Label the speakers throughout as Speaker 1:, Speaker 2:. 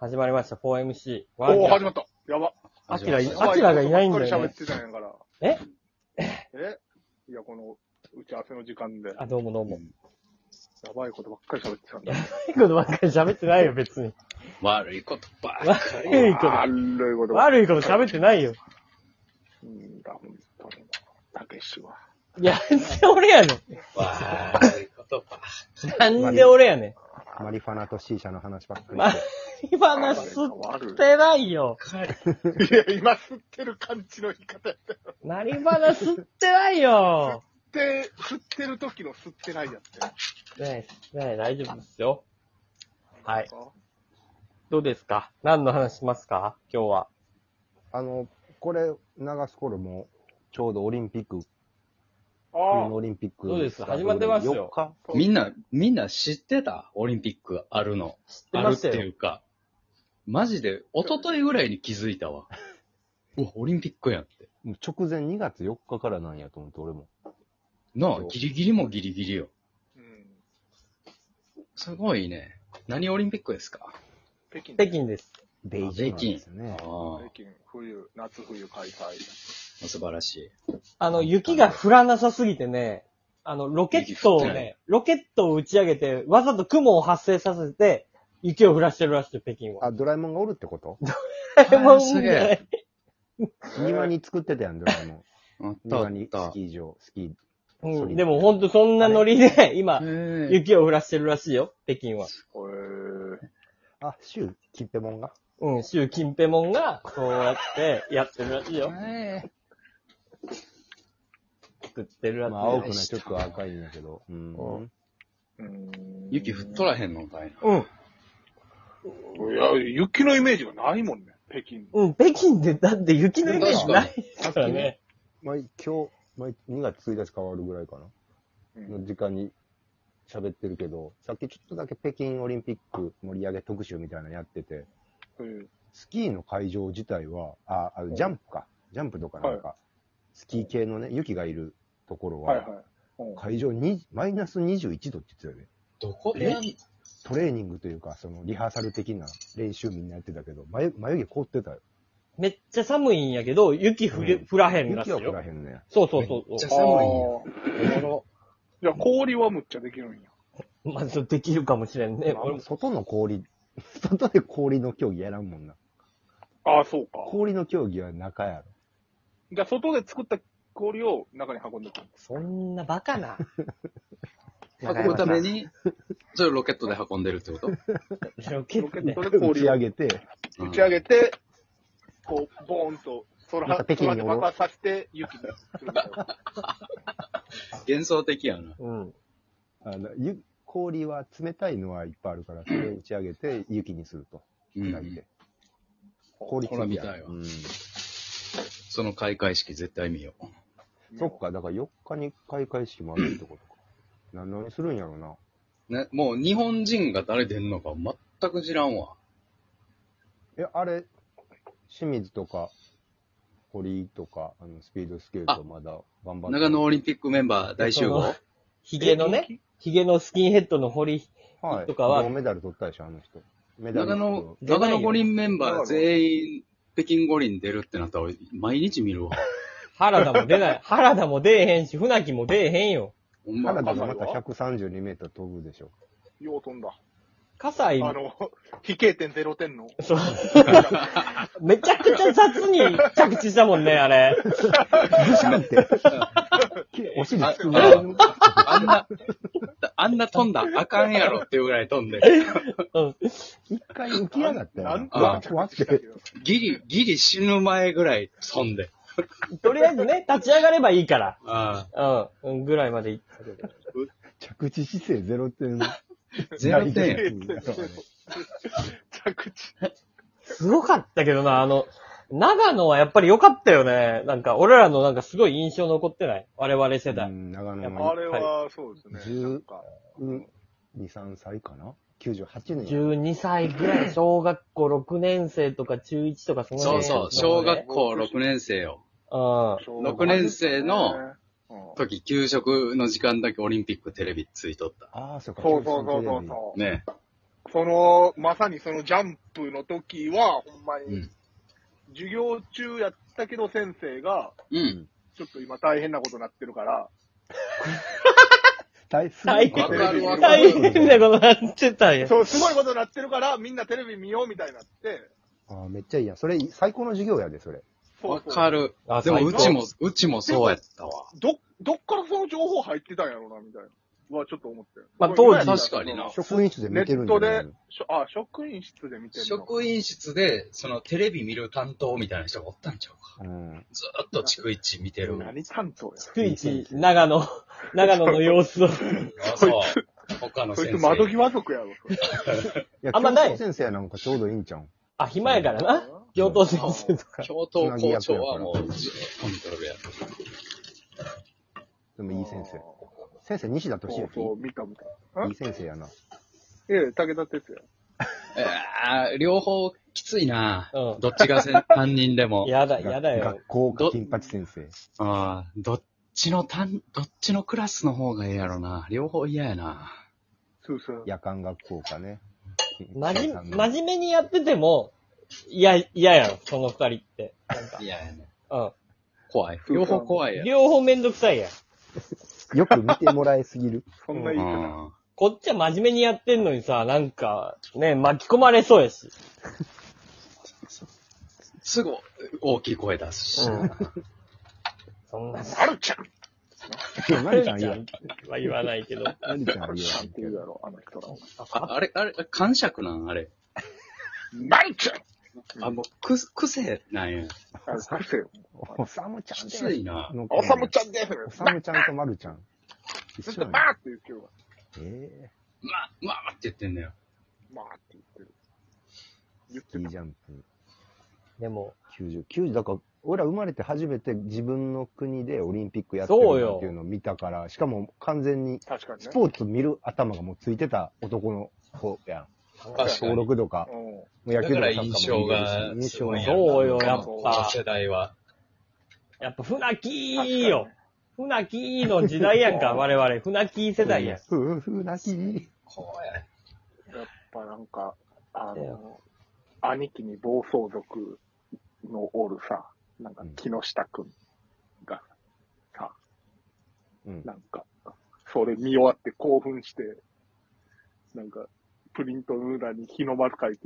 Speaker 1: 始まりました、4MC。
Speaker 2: お
Speaker 1: ワンキ
Speaker 2: ー、
Speaker 1: ャ
Speaker 2: 始
Speaker 1: ン
Speaker 2: まった。やば。
Speaker 1: アキラ、
Speaker 3: 始まりました
Speaker 1: アキラがいないんだ
Speaker 2: ば
Speaker 1: よ、
Speaker 2: っかり喋
Speaker 1: ね
Speaker 2: っ。てたんやから。
Speaker 1: え
Speaker 2: えいや、この、打ち合わせの時間で、や
Speaker 1: あ、どうもどうも。
Speaker 2: ばいことばっかり喋ってたんだ。
Speaker 1: 悪いことばっかり喋ってないよ、別に。
Speaker 3: 悪いことばっかり。
Speaker 1: 悪いこと。
Speaker 2: 悪いことばっか
Speaker 1: 悪いこと喋ってないよ。
Speaker 2: り。うんだ、ほんとに。たけしは。
Speaker 1: いや、なんで俺やね
Speaker 3: 悪いことばっか
Speaker 1: ん。なんで俺やね
Speaker 4: マリファナと C 社の話ばっか
Speaker 1: ん。
Speaker 4: り
Speaker 1: まあ
Speaker 4: して。、
Speaker 1: 今の吸ってないよ。
Speaker 2: いや、今吸ってる感じの言い方やったよ。
Speaker 1: 何話吸ってないよ。
Speaker 2: で、吸ってる時の吸ってないやつや。
Speaker 1: ねえ、ねえ、大丈夫ですよ。はい。
Speaker 2: あ
Speaker 1: どうですか何の話しますか今日は。
Speaker 4: あの、これ流す頃も、ちょうどオリンピック、冬
Speaker 2: あ
Speaker 4: のオリンピック。
Speaker 1: そうです始まってますよ
Speaker 4: 4日
Speaker 3: り。 みんな、みんな知ってたオリンピックあるの。
Speaker 1: 知って
Speaker 3: あ
Speaker 1: ま
Speaker 3: るっ
Speaker 1: してたよ
Speaker 3: い。うか。マジで、一昨日ぐらいに気づいたわ。うわ、オリンピックやんって。
Speaker 4: もう直前2月4日からなんやと思って、俺も。
Speaker 3: なあ
Speaker 4: そ、う
Speaker 3: ギリギリもギリギリよ。
Speaker 2: うん。
Speaker 3: すごいね。何オリンピックですか
Speaker 2: 北京。
Speaker 1: 北京です。
Speaker 4: ベイジンなんですよね
Speaker 3: あ。
Speaker 2: 北京、冬、夏冬開催。
Speaker 3: あ、素晴らしい。
Speaker 1: あの、雪が降らなさすぎてね、あの、ロケットを
Speaker 3: 雪降ってな
Speaker 1: ね、ロケットを打ち上げて、わざと雲を発生させて、雪を降らしてるらしいよ、北京は。
Speaker 4: あ、ドラえもんがおるって こと
Speaker 1: もう
Speaker 3: すげえ
Speaker 4: 庭に作ってたやん、ドラえもん。
Speaker 3: あったあ
Speaker 4: 庭
Speaker 3: っ
Speaker 4: に
Speaker 3: た
Speaker 4: ス。キー場、スキー。
Speaker 1: うん、でもほんとそんなノリで、今、
Speaker 3: え
Speaker 1: 雪を降らしてるらしいよ、北京は。
Speaker 2: へー
Speaker 4: あ、シュー、キッペモンが。
Speaker 1: うん、習近平もんが、そうやって、やってるらしいよ。作ってるらしい
Speaker 4: まあ、青
Speaker 1: よ
Speaker 4: く。ない、ちょっと赤いんやけど。うん
Speaker 1: う。
Speaker 2: うん
Speaker 3: 雪降っとらへんのかいな。
Speaker 1: うん。
Speaker 2: いや、雪のイメージがないもんね、北京。
Speaker 1: うん、北京で、だって雪のイメージない
Speaker 4: さっ
Speaker 1: から
Speaker 4: きね、
Speaker 1: ね。
Speaker 4: 毎今日、毎2月1日変わるぐらいかな。
Speaker 2: うん
Speaker 4: の時間に喋ってるけど、さっきちょっとだけ北京オリンピック盛り上げ特集みたいなのやってて、
Speaker 2: うん
Speaker 4: スキーの会場自体は、あ、あのジャンプか。ジャンプとかなんか、スキー系のね、雪がいるところ
Speaker 2: はい
Speaker 4: は、
Speaker 2: はい。うん
Speaker 4: 会場にマイナス21度って言ってたよね。
Speaker 3: どこでやん
Speaker 4: トレーニングというか、そのリハーサル的な練習みんなやってたけど、眉眉毛凍ってたよ。
Speaker 1: めっちゃ寒いんやけど、雪降り
Speaker 4: うん
Speaker 1: 降らへんらしい
Speaker 4: 雪は降ら
Speaker 1: よ。
Speaker 4: へんね。
Speaker 1: そうそうそう。
Speaker 3: じゃあ
Speaker 2: あ
Speaker 3: 寒いんや。
Speaker 2: ーじゃあ氷はむっちゃできるんや。
Speaker 1: まずできるかもしれんね。
Speaker 4: まあ
Speaker 1: 俺も
Speaker 4: 外の氷、 外で氷の競技やらんもんな。
Speaker 2: ああ、そうか。
Speaker 4: 氷の競技は中やろ。
Speaker 2: じゃあ外で作った氷を中に運んでくる。
Speaker 1: そんなバカ な。
Speaker 3: 運ぶために、それをロケットで運んでるってこと
Speaker 1: ロケ
Speaker 2: ロケ
Speaker 1: ッ
Speaker 2: ッ
Speaker 1: ト
Speaker 2: トで
Speaker 4: 打ち
Speaker 2: 氷を
Speaker 4: 上げて、
Speaker 2: 打ち上げて、こう、ボーンと空、
Speaker 4: また北京に
Speaker 2: 空で爆発させて雪にするみたいな。
Speaker 3: 幻想的やな。
Speaker 1: うん。
Speaker 4: あの、ゆ氷は冷たいのはいっぱいあるから、それを打ち上げて雪にすると。
Speaker 3: う
Speaker 4: 砕い
Speaker 3: ん
Speaker 4: て。。氷
Speaker 3: ほら
Speaker 4: つ
Speaker 3: 見
Speaker 4: きや
Speaker 3: たいわ
Speaker 4: うん
Speaker 3: その開会式絶対見よう。
Speaker 4: そっか、だから4日に開会式もあるってことか。な何するんやろな。
Speaker 3: ね、もう日本人が誰出んのか全く知らんわ。
Speaker 4: え、あれ、清水とか、堀とか、あの、スピードスケー
Speaker 3: あ
Speaker 4: トまだ頑張って。
Speaker 3: 長野オリンピックメンバー大集合。
Speaker 1: ヒゲのね、ヒゲのスキンヘッドの堀、
Speaker 4: はい。
Speaker 1: とかは
Speaker 4: 銅メダル取ったでしょ、あの人。メダル。
Speaker 3: 長野、
Speaker 1: 出ないよ
Speaker 3: 長野五輪メンバー全員北京五輪出るってなったら俺毎日見るわ。
Speaker 1: 原田も出 ない。原田も出えへんし、船木も出えへんよ。
Speaker 3: ほ んま
Speaker 4: 原
Speaker 3: か
Speaker 4: 田がまた132メートル飛ぶでし ょ。
Speaker 2: よう飛んだ。
Speaker 1: 笠井
Speaker 2: あの、 飛型点0点の。
Speaker 1: そう。 めちゃくちゃ雑に着地したもんね、あれ。
Speaker 4: ぐしゃ んって。お尻つくぐらいの。
Speaker 3: あんな、あんな飛んだらあかんやろっていうぐらい飛んで。
Speaker 1: うん。
Speaker 4: 一回浮き上がったよ。
Speaker 2: なん
Speaker 3: あ
Speaker 2: か
Speaker 3: あ
Speaker 4: 怖く
Speaker 2: 着地した
Speaker 4: て
Speaker 2: け。ど
Speaker 3: ギリ、ギリ死ぬ前ぐらい飛んで。
Speaker 1: とりあえずね、立ち上がればいいから。
Speaker 3: あ
Speaker 1: うん。うん、ぐらいまで行ったけど。
Speaker 4: 着地姿勢ゼロ点。
Speaker 3: あ、0点や。
Speaker 2: 着地。
Speaker 1: すごかったけどな、あの、長野はやっぱり良かったよね。なんか、俺らのなんかすごい印象残ってない。我々世代。
Speaker 4: うん長野
Speaker 2: あ
Speaker 4: の
Speaker 2: れは、そうですね。
Speaker 4: 十
Speaker 2: なんか
Speaker 4: 2、3歳かな ?98 年。
Speaker 1: 12歳ぐ らい、小学校6年生とか中1とかその
Speaker 3: そう
Speaker 1: 辺
Speaker 3: そう、小学校6年生よ。
Speaker 1: 校。
Speaker 3: 六年生の、
Speaker 2: うん
Speaker 3: 時、給食の時間だけオリンピックテレビついとった。
Speaker 4: ああ、そうか。
Speaker 2: そうそうそうそう。
Speaker 3: ね
Speaker 2: その、まさにそのジャンプの時は、ほんま
Speaker 3: う
Speaker 2: に
Speaker 3: ん、
Speaker 2: 授業中やったけど先生が、
Speaker 3: うん。
Speaker 2: ちょっと今大変なことになってるから、
Speaker 4: 大すご
Speaker 1: 大
Speaker 4: い
Speaker 1: 変
Speaker 3: わかるわか
Speaker 1: 大
Speaker 3: る
Speaker 1: 変なことなってたんや。
Speaker 2: そう、すごいことになってるから、みんなテレビ見ようみたいになって、
Speaker 4: あーめっちゃいいやん。それ、最高の授業やで、それ。
Speaker 2: そう
Speaker 3: わ
Speaker 2: そう
Speaker 3: かる。
Speaker 1: あ
Speaker 3: でも、
Speaker 1: 最
Speaker 3: う
Speaker 1: 高
Speaker 3: ちも、うちもそうやったわ。
Speaker 2: ど、どっからその情報入ってたんやろうな、みたいな。は、ちょっと思って。
Speaker 1: まあ当時
Speaker 3: 確かにな
Speaker 4: 職員室で
Speaker 2: ネ
Speaker 4: 見てる
Speaker 2: ッ
Speaker 4: んじゃ
Speaker 2: ト
Speaker 4: ない
Speaker 2: で
Speaker 4: の、
Speaker 2: しょあ、職員室で見てるの。
Speaker 3: 職員室で、そのテレビ見る担当みたいな人がおったんちゃうか。
Speaker 4: うん。
Speaker 3: ずーっと逐一見てる。
Speaker 2: 何担当や。
Speaker 1: 逐一、長野、長野の様子を。
Speaker 3: そう。他の
Speaker 2: そいつ
Speaker 3: 先生。
Speaker 2: 窓際族やろ、それ。
Speaker 4: いや、
Speaker 1: あんまない
Speaker 4: 教頭先生なんかちょうどいいんちゃうん。
Speaker 1: あ、暇やからな。教頭先生とか。
Speaker 3: 教頭校長はもう、ずーっと見とるやん。
Speaker 4: でもいい先生。先生、西田
Speaker 2: そ
Speaker 4: 敏
Speaker 2: うそう、
Speaker 4: 行。
Speaker 2: 見た見た。
Speaker 4: いい先生やな。
Speaker 2: ええ、武田鉄矢。
Speaker 3: えー両方きついな。
Speaker 1: うん
Speaker 3: どっちがせん担任で も。
Speaker 1: やだ、やだよ。
Speaker 4: 学校か
Speaker 3: ど
Speaker 4: 金八先生。
Speaker 3: ああ、どっちの担、どっちのクラスの方がええやろな。両方嫌やな。
Speaker 2: そうそう。
Speaker 4: 夜間学校かね。
Speaker 1: まじ、
Speaker 4: 金八さんの
Speaker 1: 真面目にやってても、いや、嫌やん、その二人って。
Speaker 3: 嫌やね。
Speaker 1: うん。
Speaker 3: 怖い。両方怖いやん。
Speaker 1: 両方めんどくさいやん。
Speaker 4: よく見てもらえすぎる。
Speaker 2: そんないいかな。
Speaker 3: うん
Speaker 1: こっちは真面目にやってんのにさ、なんか、ね、巻き込まれそうやし。
Speaker 3: すぐ大きい声出すし。
Speaker 1: うんそんなさ、
Speaker 2: あるちゃんっ
Speaker 4: なりちゃん言わん。
Speaker 1: は言わないけど。
Speaker 4: なりちゃんは言わん
Speaker 2: て言うやろ、あの人ら。
Speaker 3: ああれ、あれ、感触なんあれ。
Speaker 2: なるちゃん
Speaker 3: あ、もう、く、癖なんや。
Speaker 2: あの、か せよ。
Speaker 4: おさむちゃ
Speaker 3: き
Speaker 4: ん
Speaker 3: つ
Speaker 4: で
Speaker 3: いな。
Speaker 4: の声
Speaker 2: おさむちゃんです
Speaker 4: おさむちゃんとまるちゃん。一
Speaker 2: ずっ
Speaker 4: 緒
Speaker 2: と
Speaker 4: や
Speaker 2: バ
Speaker 4: な
Speaker 2: ーって言うけど、
Speaker 4: え
Speaker 3: ま、まあって言ってんだよ。
Speaker 2: バーって言ってる。言っ
Speaker 4: え
Speaker 2: て
Speaker 4: いい
Speaker 2: た。
Speaker 4: ジャンプ。
Speaker 1: でも、
Speaker 4: 90、90、だから、俺ら生まれて初めて自分の国でオリンピックやってる
Speaker 1: そうよ
Speaker 4: っていうのを見たから、しかも完全に
Speaker 2: 確かに
Speaker 4: ス
Speaker 2: ね。
Speaker 4: ポーツ見る頭がもうついてた男の子やん。
Speaker 3: 確か
Speaker 4: 小
Speaker 3: に。
Speaker 4: 6とか、
Speaker 2: うん。
Speaker 4: もう野
Speaker 3: だ
Speaker 4: 球
Speaker 3: か
Speaker 4: と
Speaker 3: ら
Speaker 4: かサッカーも見てる
Speaker 3: 印
Speaker 4: し
Speaker 3: 象が、
Speaker 4: 印象
Speaker 1: が
Speaker 4: が
Speaker 1: すごいそうよ
Speaker 2: やっ
Speaker 1: ぱ
Speaker 3: 世代は。
Speaker 1: やっぱ船木
Speaker 2: 確か
Speaker 1: い
Speaker 2: に
Speaker 1: いよ。船木の時代やんか、我々。船木世代やん。
Speaker 4: 夫婦なき。
Speaker 3: 怖い。
Speaker 2: やっぱなんか、あの、兄貴に暴走族のおるさ、なんか
Speaker 4: うん
Speaker 2: 木下くんがさ、
Speaker 4: うん。
Speaker 2: なんか、それ見終わって興奮して、なんか、プリントの裏に日の丸書いて、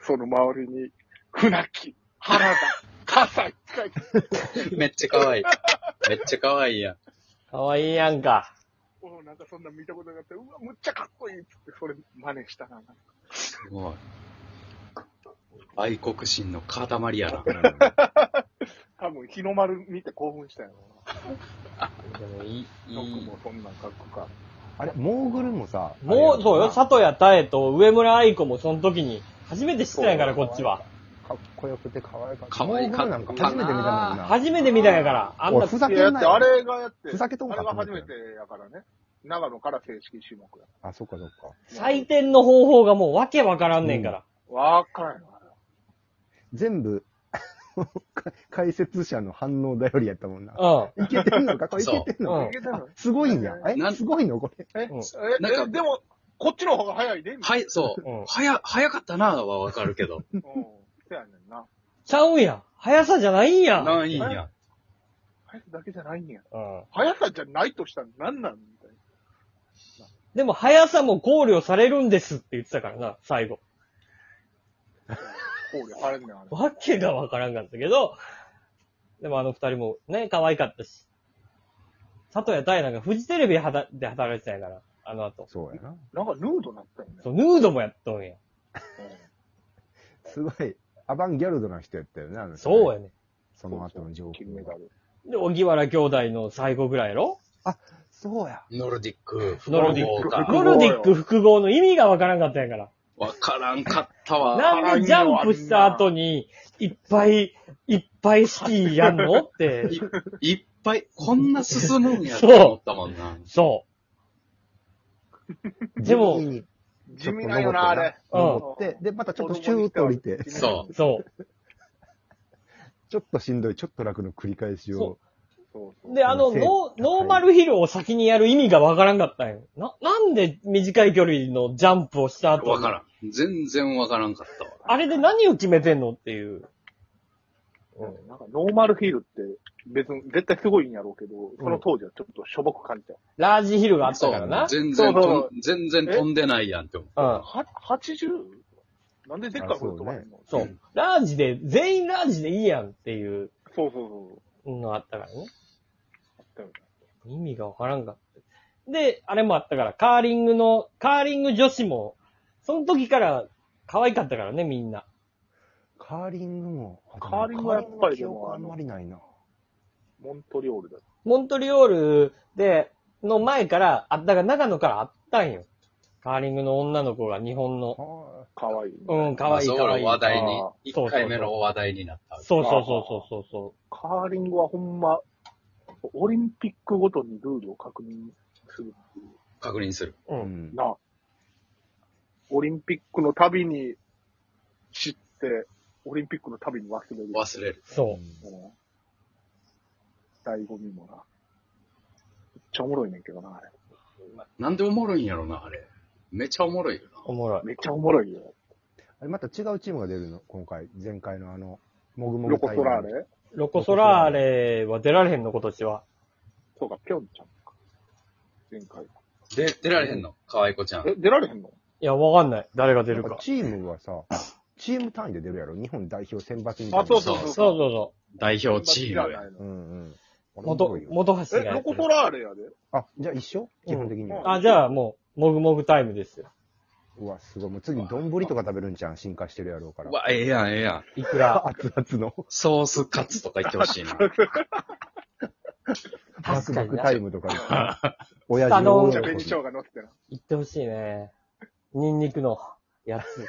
Speaker 2: その周りに、船木、原田、葛西って書い て、
Speaker 3: めっちゃ可愛い。めっちゃ可愛いやん。
Speaker 1: かわいいやんか。
Speaker 2: おうなんかそんなん見たことなかった。うわ、むっちゃかっこいいっつって、それ真似したな。なんか
Speaker 3: すごい。愛国心の塊や な。
Speaker 2: 多分日の丸見て興奮したやろ
Speaker 1: でもいい、い
Speaker 2: な。僕
Speaker 1: い。
Speaker 2: もそんなん書くか。
Speaker 4: あれ、モーグルもさ、
Speaker 1: もう、そうよ、
Speaker 4: さ
Speaker 1: 佐藤谷太恵と上村愛子もその時に、初めて知ったんやから、
Speaker 2: そ
Speaker 1: こ
Speaker 2: う
Speaker 1: っちは。
Speaker 4: かっこよくて可愛かった。
Speaker 3: 可愛かった
Speaker 4: モーグルなんか初めて見たもんな。
Speaker 1: 初めて見たんやから、あん
Speaker 4: お、
Speaker 1: ない
Speaker 4: ふざ
Speaker 2: い
Speaker 4: け
Speaker 2: や、だ
Speaker 4: ん
Speaker 2: っ
Speaker 4: な
Speaker 2: てあ
Speaker 4: よ。
Speaker 2: れがやって、
Speaker 4: ふざけとんか
Speaker 2: あれ
Speaker 4: と
Speaker 2: が
Speaker 4: 思った
Speaker 2: 初めてやからね。長野から正式種目や。
Speaker 4: あ、そっかそっか。
Speaker 1: 採点の方法がもうわけわからんねんから。
Speaker 2: わからんよ。
Speaker 4: 全部、 か解説者の反応だよりやったもんな。
Speaker 1: うん。
Speaker 4: いけてんのかこれい
Speaker 3: そう
Speaker 4: けてん
Speaker 1: うん
Speaker 4: の
Speaker 2: いけたの
Speaker 4: すごいんや。
Speaker 3: な
Speaker 4: え
Speaker 3: ん
Speaker 4: すごいのこれ。
Speaker 2: え、
Speaker 1: うん
Speaker 2: え
Speaker 3: なんか
Speaker 2: えでも、こっちの方が早いで、みた
Speaker 3: はいい、そう。
Speaker 1: うん
Speaker 3: はや、早かったなはわかるけど。
Speaker 2: な。うん。そうやねんな。
Speaker 1: ちゃうんや。速さじゃないんや。うん。
Speaker 3: なんや。
Speaker 2: 速さだけじゃないんや。速さじゃないとしたら何なんみたいな。
Speaker 1: でも速さも考慮されるんですって言ってたからな、最後。
Speaker 2: 考慮されんねん、あれ。
Speaker 1: わけがわからんかったけど、でもあの二人もね、可愛かったし。佐藤谷太なんかフジテレビはたで働いてたんやから、あの後。
Speaker 4: そうやな。
Speaker 2: なんかヌードなったよね。
Speaker 1: そう、ヌードもやっとんや。
Speaker 4: すごい、アバンギャルドな人やったよね、あの人ね
Speaker 1: そうやね。
Speaker 4: その後の情報
Speaker 2: 金メダル。
Speaker 1: で、荻原兄弟の最後ぐらいやろ
Speaker 4: そうや。
Speaker 3: ノルディック。
Speaker 1: ノルディッ
Speaker 2: ク
Speaker 3: か
Speaker 2: 複合
Speaker 1: ノルディック複合の意味がわからんかったんやから。
Speaker 3: わからんかったわ。
Speaker 1: なんでジャンプした後に、いっぱい、いっぱいスキーやんのって。
Speaker 3: いっぱい、こんな進むんやと思ったもんな。
Speaker 1: そう。でも、
Speaker 4: 地味に
Speaker 2: 地味なんよな、あれ。
Speaker 1: うん
Speaker 4: 登って、で、またちょっとシューッと降りて、
Speaker 3: そう
Speaker 1: そう。
Speaker 4: ちょっとしんどい、ちょっと楽の繰り返しを。
Speaker 2: そうそう。
Speaker 1: で、あの、
Speaker 4: うん
Speaker 1: ノー
Speaker 4: せ
Speaker 1: ノーマルヒルを先にやる意味がわからんかったんよ。な、なんで短い距離のジャンプをした後。
Speaker 3: わからん。全然わからんかったわ。
Speaker 1: あれで何を決めてんのっていう。うん
Speaker 2: なんかノーマルヒールって別に絶対すごいんやろうけど、その当時はちょっとしょぼく感じた。
Speaker 1: ラージヒルがあったからな。
Speaker 3: そう全然とん
Speaker 2: そうそう
Speaker 3: 全然飛んでないやんって思う。
Speaker 1: うん。
Speaker 2: は 80? なんででっかいこと飛ばへんの
Speaker 1: そうう。ラージで、全員ラージでいいやんっていう
Speaker 2: そうそうそう
Speaker 1: のあったからね。
Speaker 2: そう。
Speaker 1: 意味がわからんかった。で、あれもあったから、カーリングの、カーリング女子も、その時から可愛かったからね、みんな。
Speaker 4: カーリングも。
Speaker 2: カーリングはやっぱりでも
Speaker 4: カーリングの記憶あんまりないな。
Speaker 2: モントリオールだ。
Speaker 1: モントリオールで、の前から、あ、だから長野からあったんよ。カーリングの女の子が日本の。
Speaker 4: は
Speaker 2: かわいい。
Speaker 1: うん、可愛い
Speaker 3: まあ
Speaker 1: 可
Speaker 3: そう
Speaker 1: 愛い。
Speaker 3: 話題に
Speaker 2: あ、
Speaker 1: ーそうそうそう
Speaker 3: 1回目の話題になったわけ。
Speaker 1: そうそうそうそうそうそ
Speaker 2: カーリングはほんま、オリンピックごとにルールを確認するってい
Speaker 3: 確認する。
Speaker 1: う。う。
Speaker 4: い。うんん
Speaker 2: う。。なあ、オリンピックのたびに知って、オリンピックのたびに忘れる。
Speaker 3: 忘れる。
Speaker 1: そう。
Speaker 2: うん醍醐味もな。めっちゃおもろいねんけどな、あれ。
Speaker 3: なんでおもろいんやろな、あれ。めちゃおもろいよな。
Speaker 1: おもろい。
Speaker 2: めっちゃおもろいよ。
Speaker 4: あれ、また違うチームが出るの今回。前回のあの、もぐもぐ
Speaker 2: ロコ・ソラーレ
Speaker 1: ロコソラーレは出られへんの、今年は。
Speaker 2: そうか、ぴょんちゃんか。前回。
Speaker 3: で、出られへんのかわいこちゃん。
Speaker 2: え、出られへんの
Speaker 1: いや、わかんない。誰が出
Speaker 4: な
Speaker 1: る
Speaker 4: んか
Speaker 1: か。
Speaker 4: チームはさ、チーム単位で出るやろ日本代表選抜みたいな。
Speaker 2: あ、そうそう
Speaker 1: そう
Speaker 2: そう。
Speaker 1: そうそ
Speaker 3: 代表チームや。
Speaker 4: う。うんうん。あ
Speaker 1: う。
Speaker 4: れ
Speaker 1: 元
Speaker 4: 面白い、よ
Speaker 1: 元橋
Speaker 2: え、
Speaker 1: がや
Speaker 2: ロ
Speaker 1: って
Speaker 2: コ・
Speaker 1: る
Speaker 2: ソラーレやで。
Speaker 4: あ、じゃあ一緒基本的には。
Speaker 1: あ、じゃあもう、もぐもぐタイムですよ。
Speaker 4: うわ、すごい。もう次、丼とか食べるんじゃん。進化してるやろうから
Speaker 3: う。わ、ええやん、ええやん。
Speaker 1: いく
Speaker 4: あ
Speaker 1: ら。
Speaker 4: 熱々の。
Speaker 3: ソースカツとか言ってほし いな。
Speaker 4: バク
Speaker 1: 確か
Speaker 4: バ
Speaker 1: に
Speaker 4: ク
Speaker 1: な
Speaker 4: タイムとかでさ。親
Speaker 1: あ
Speaker 4: 父
Speaker 1: の
Speaker 4: の
Speaker 2: じゃあ、紅生姜乗ってたな。
Speaker 1: 行ってほしいね。ニンニクのやつ。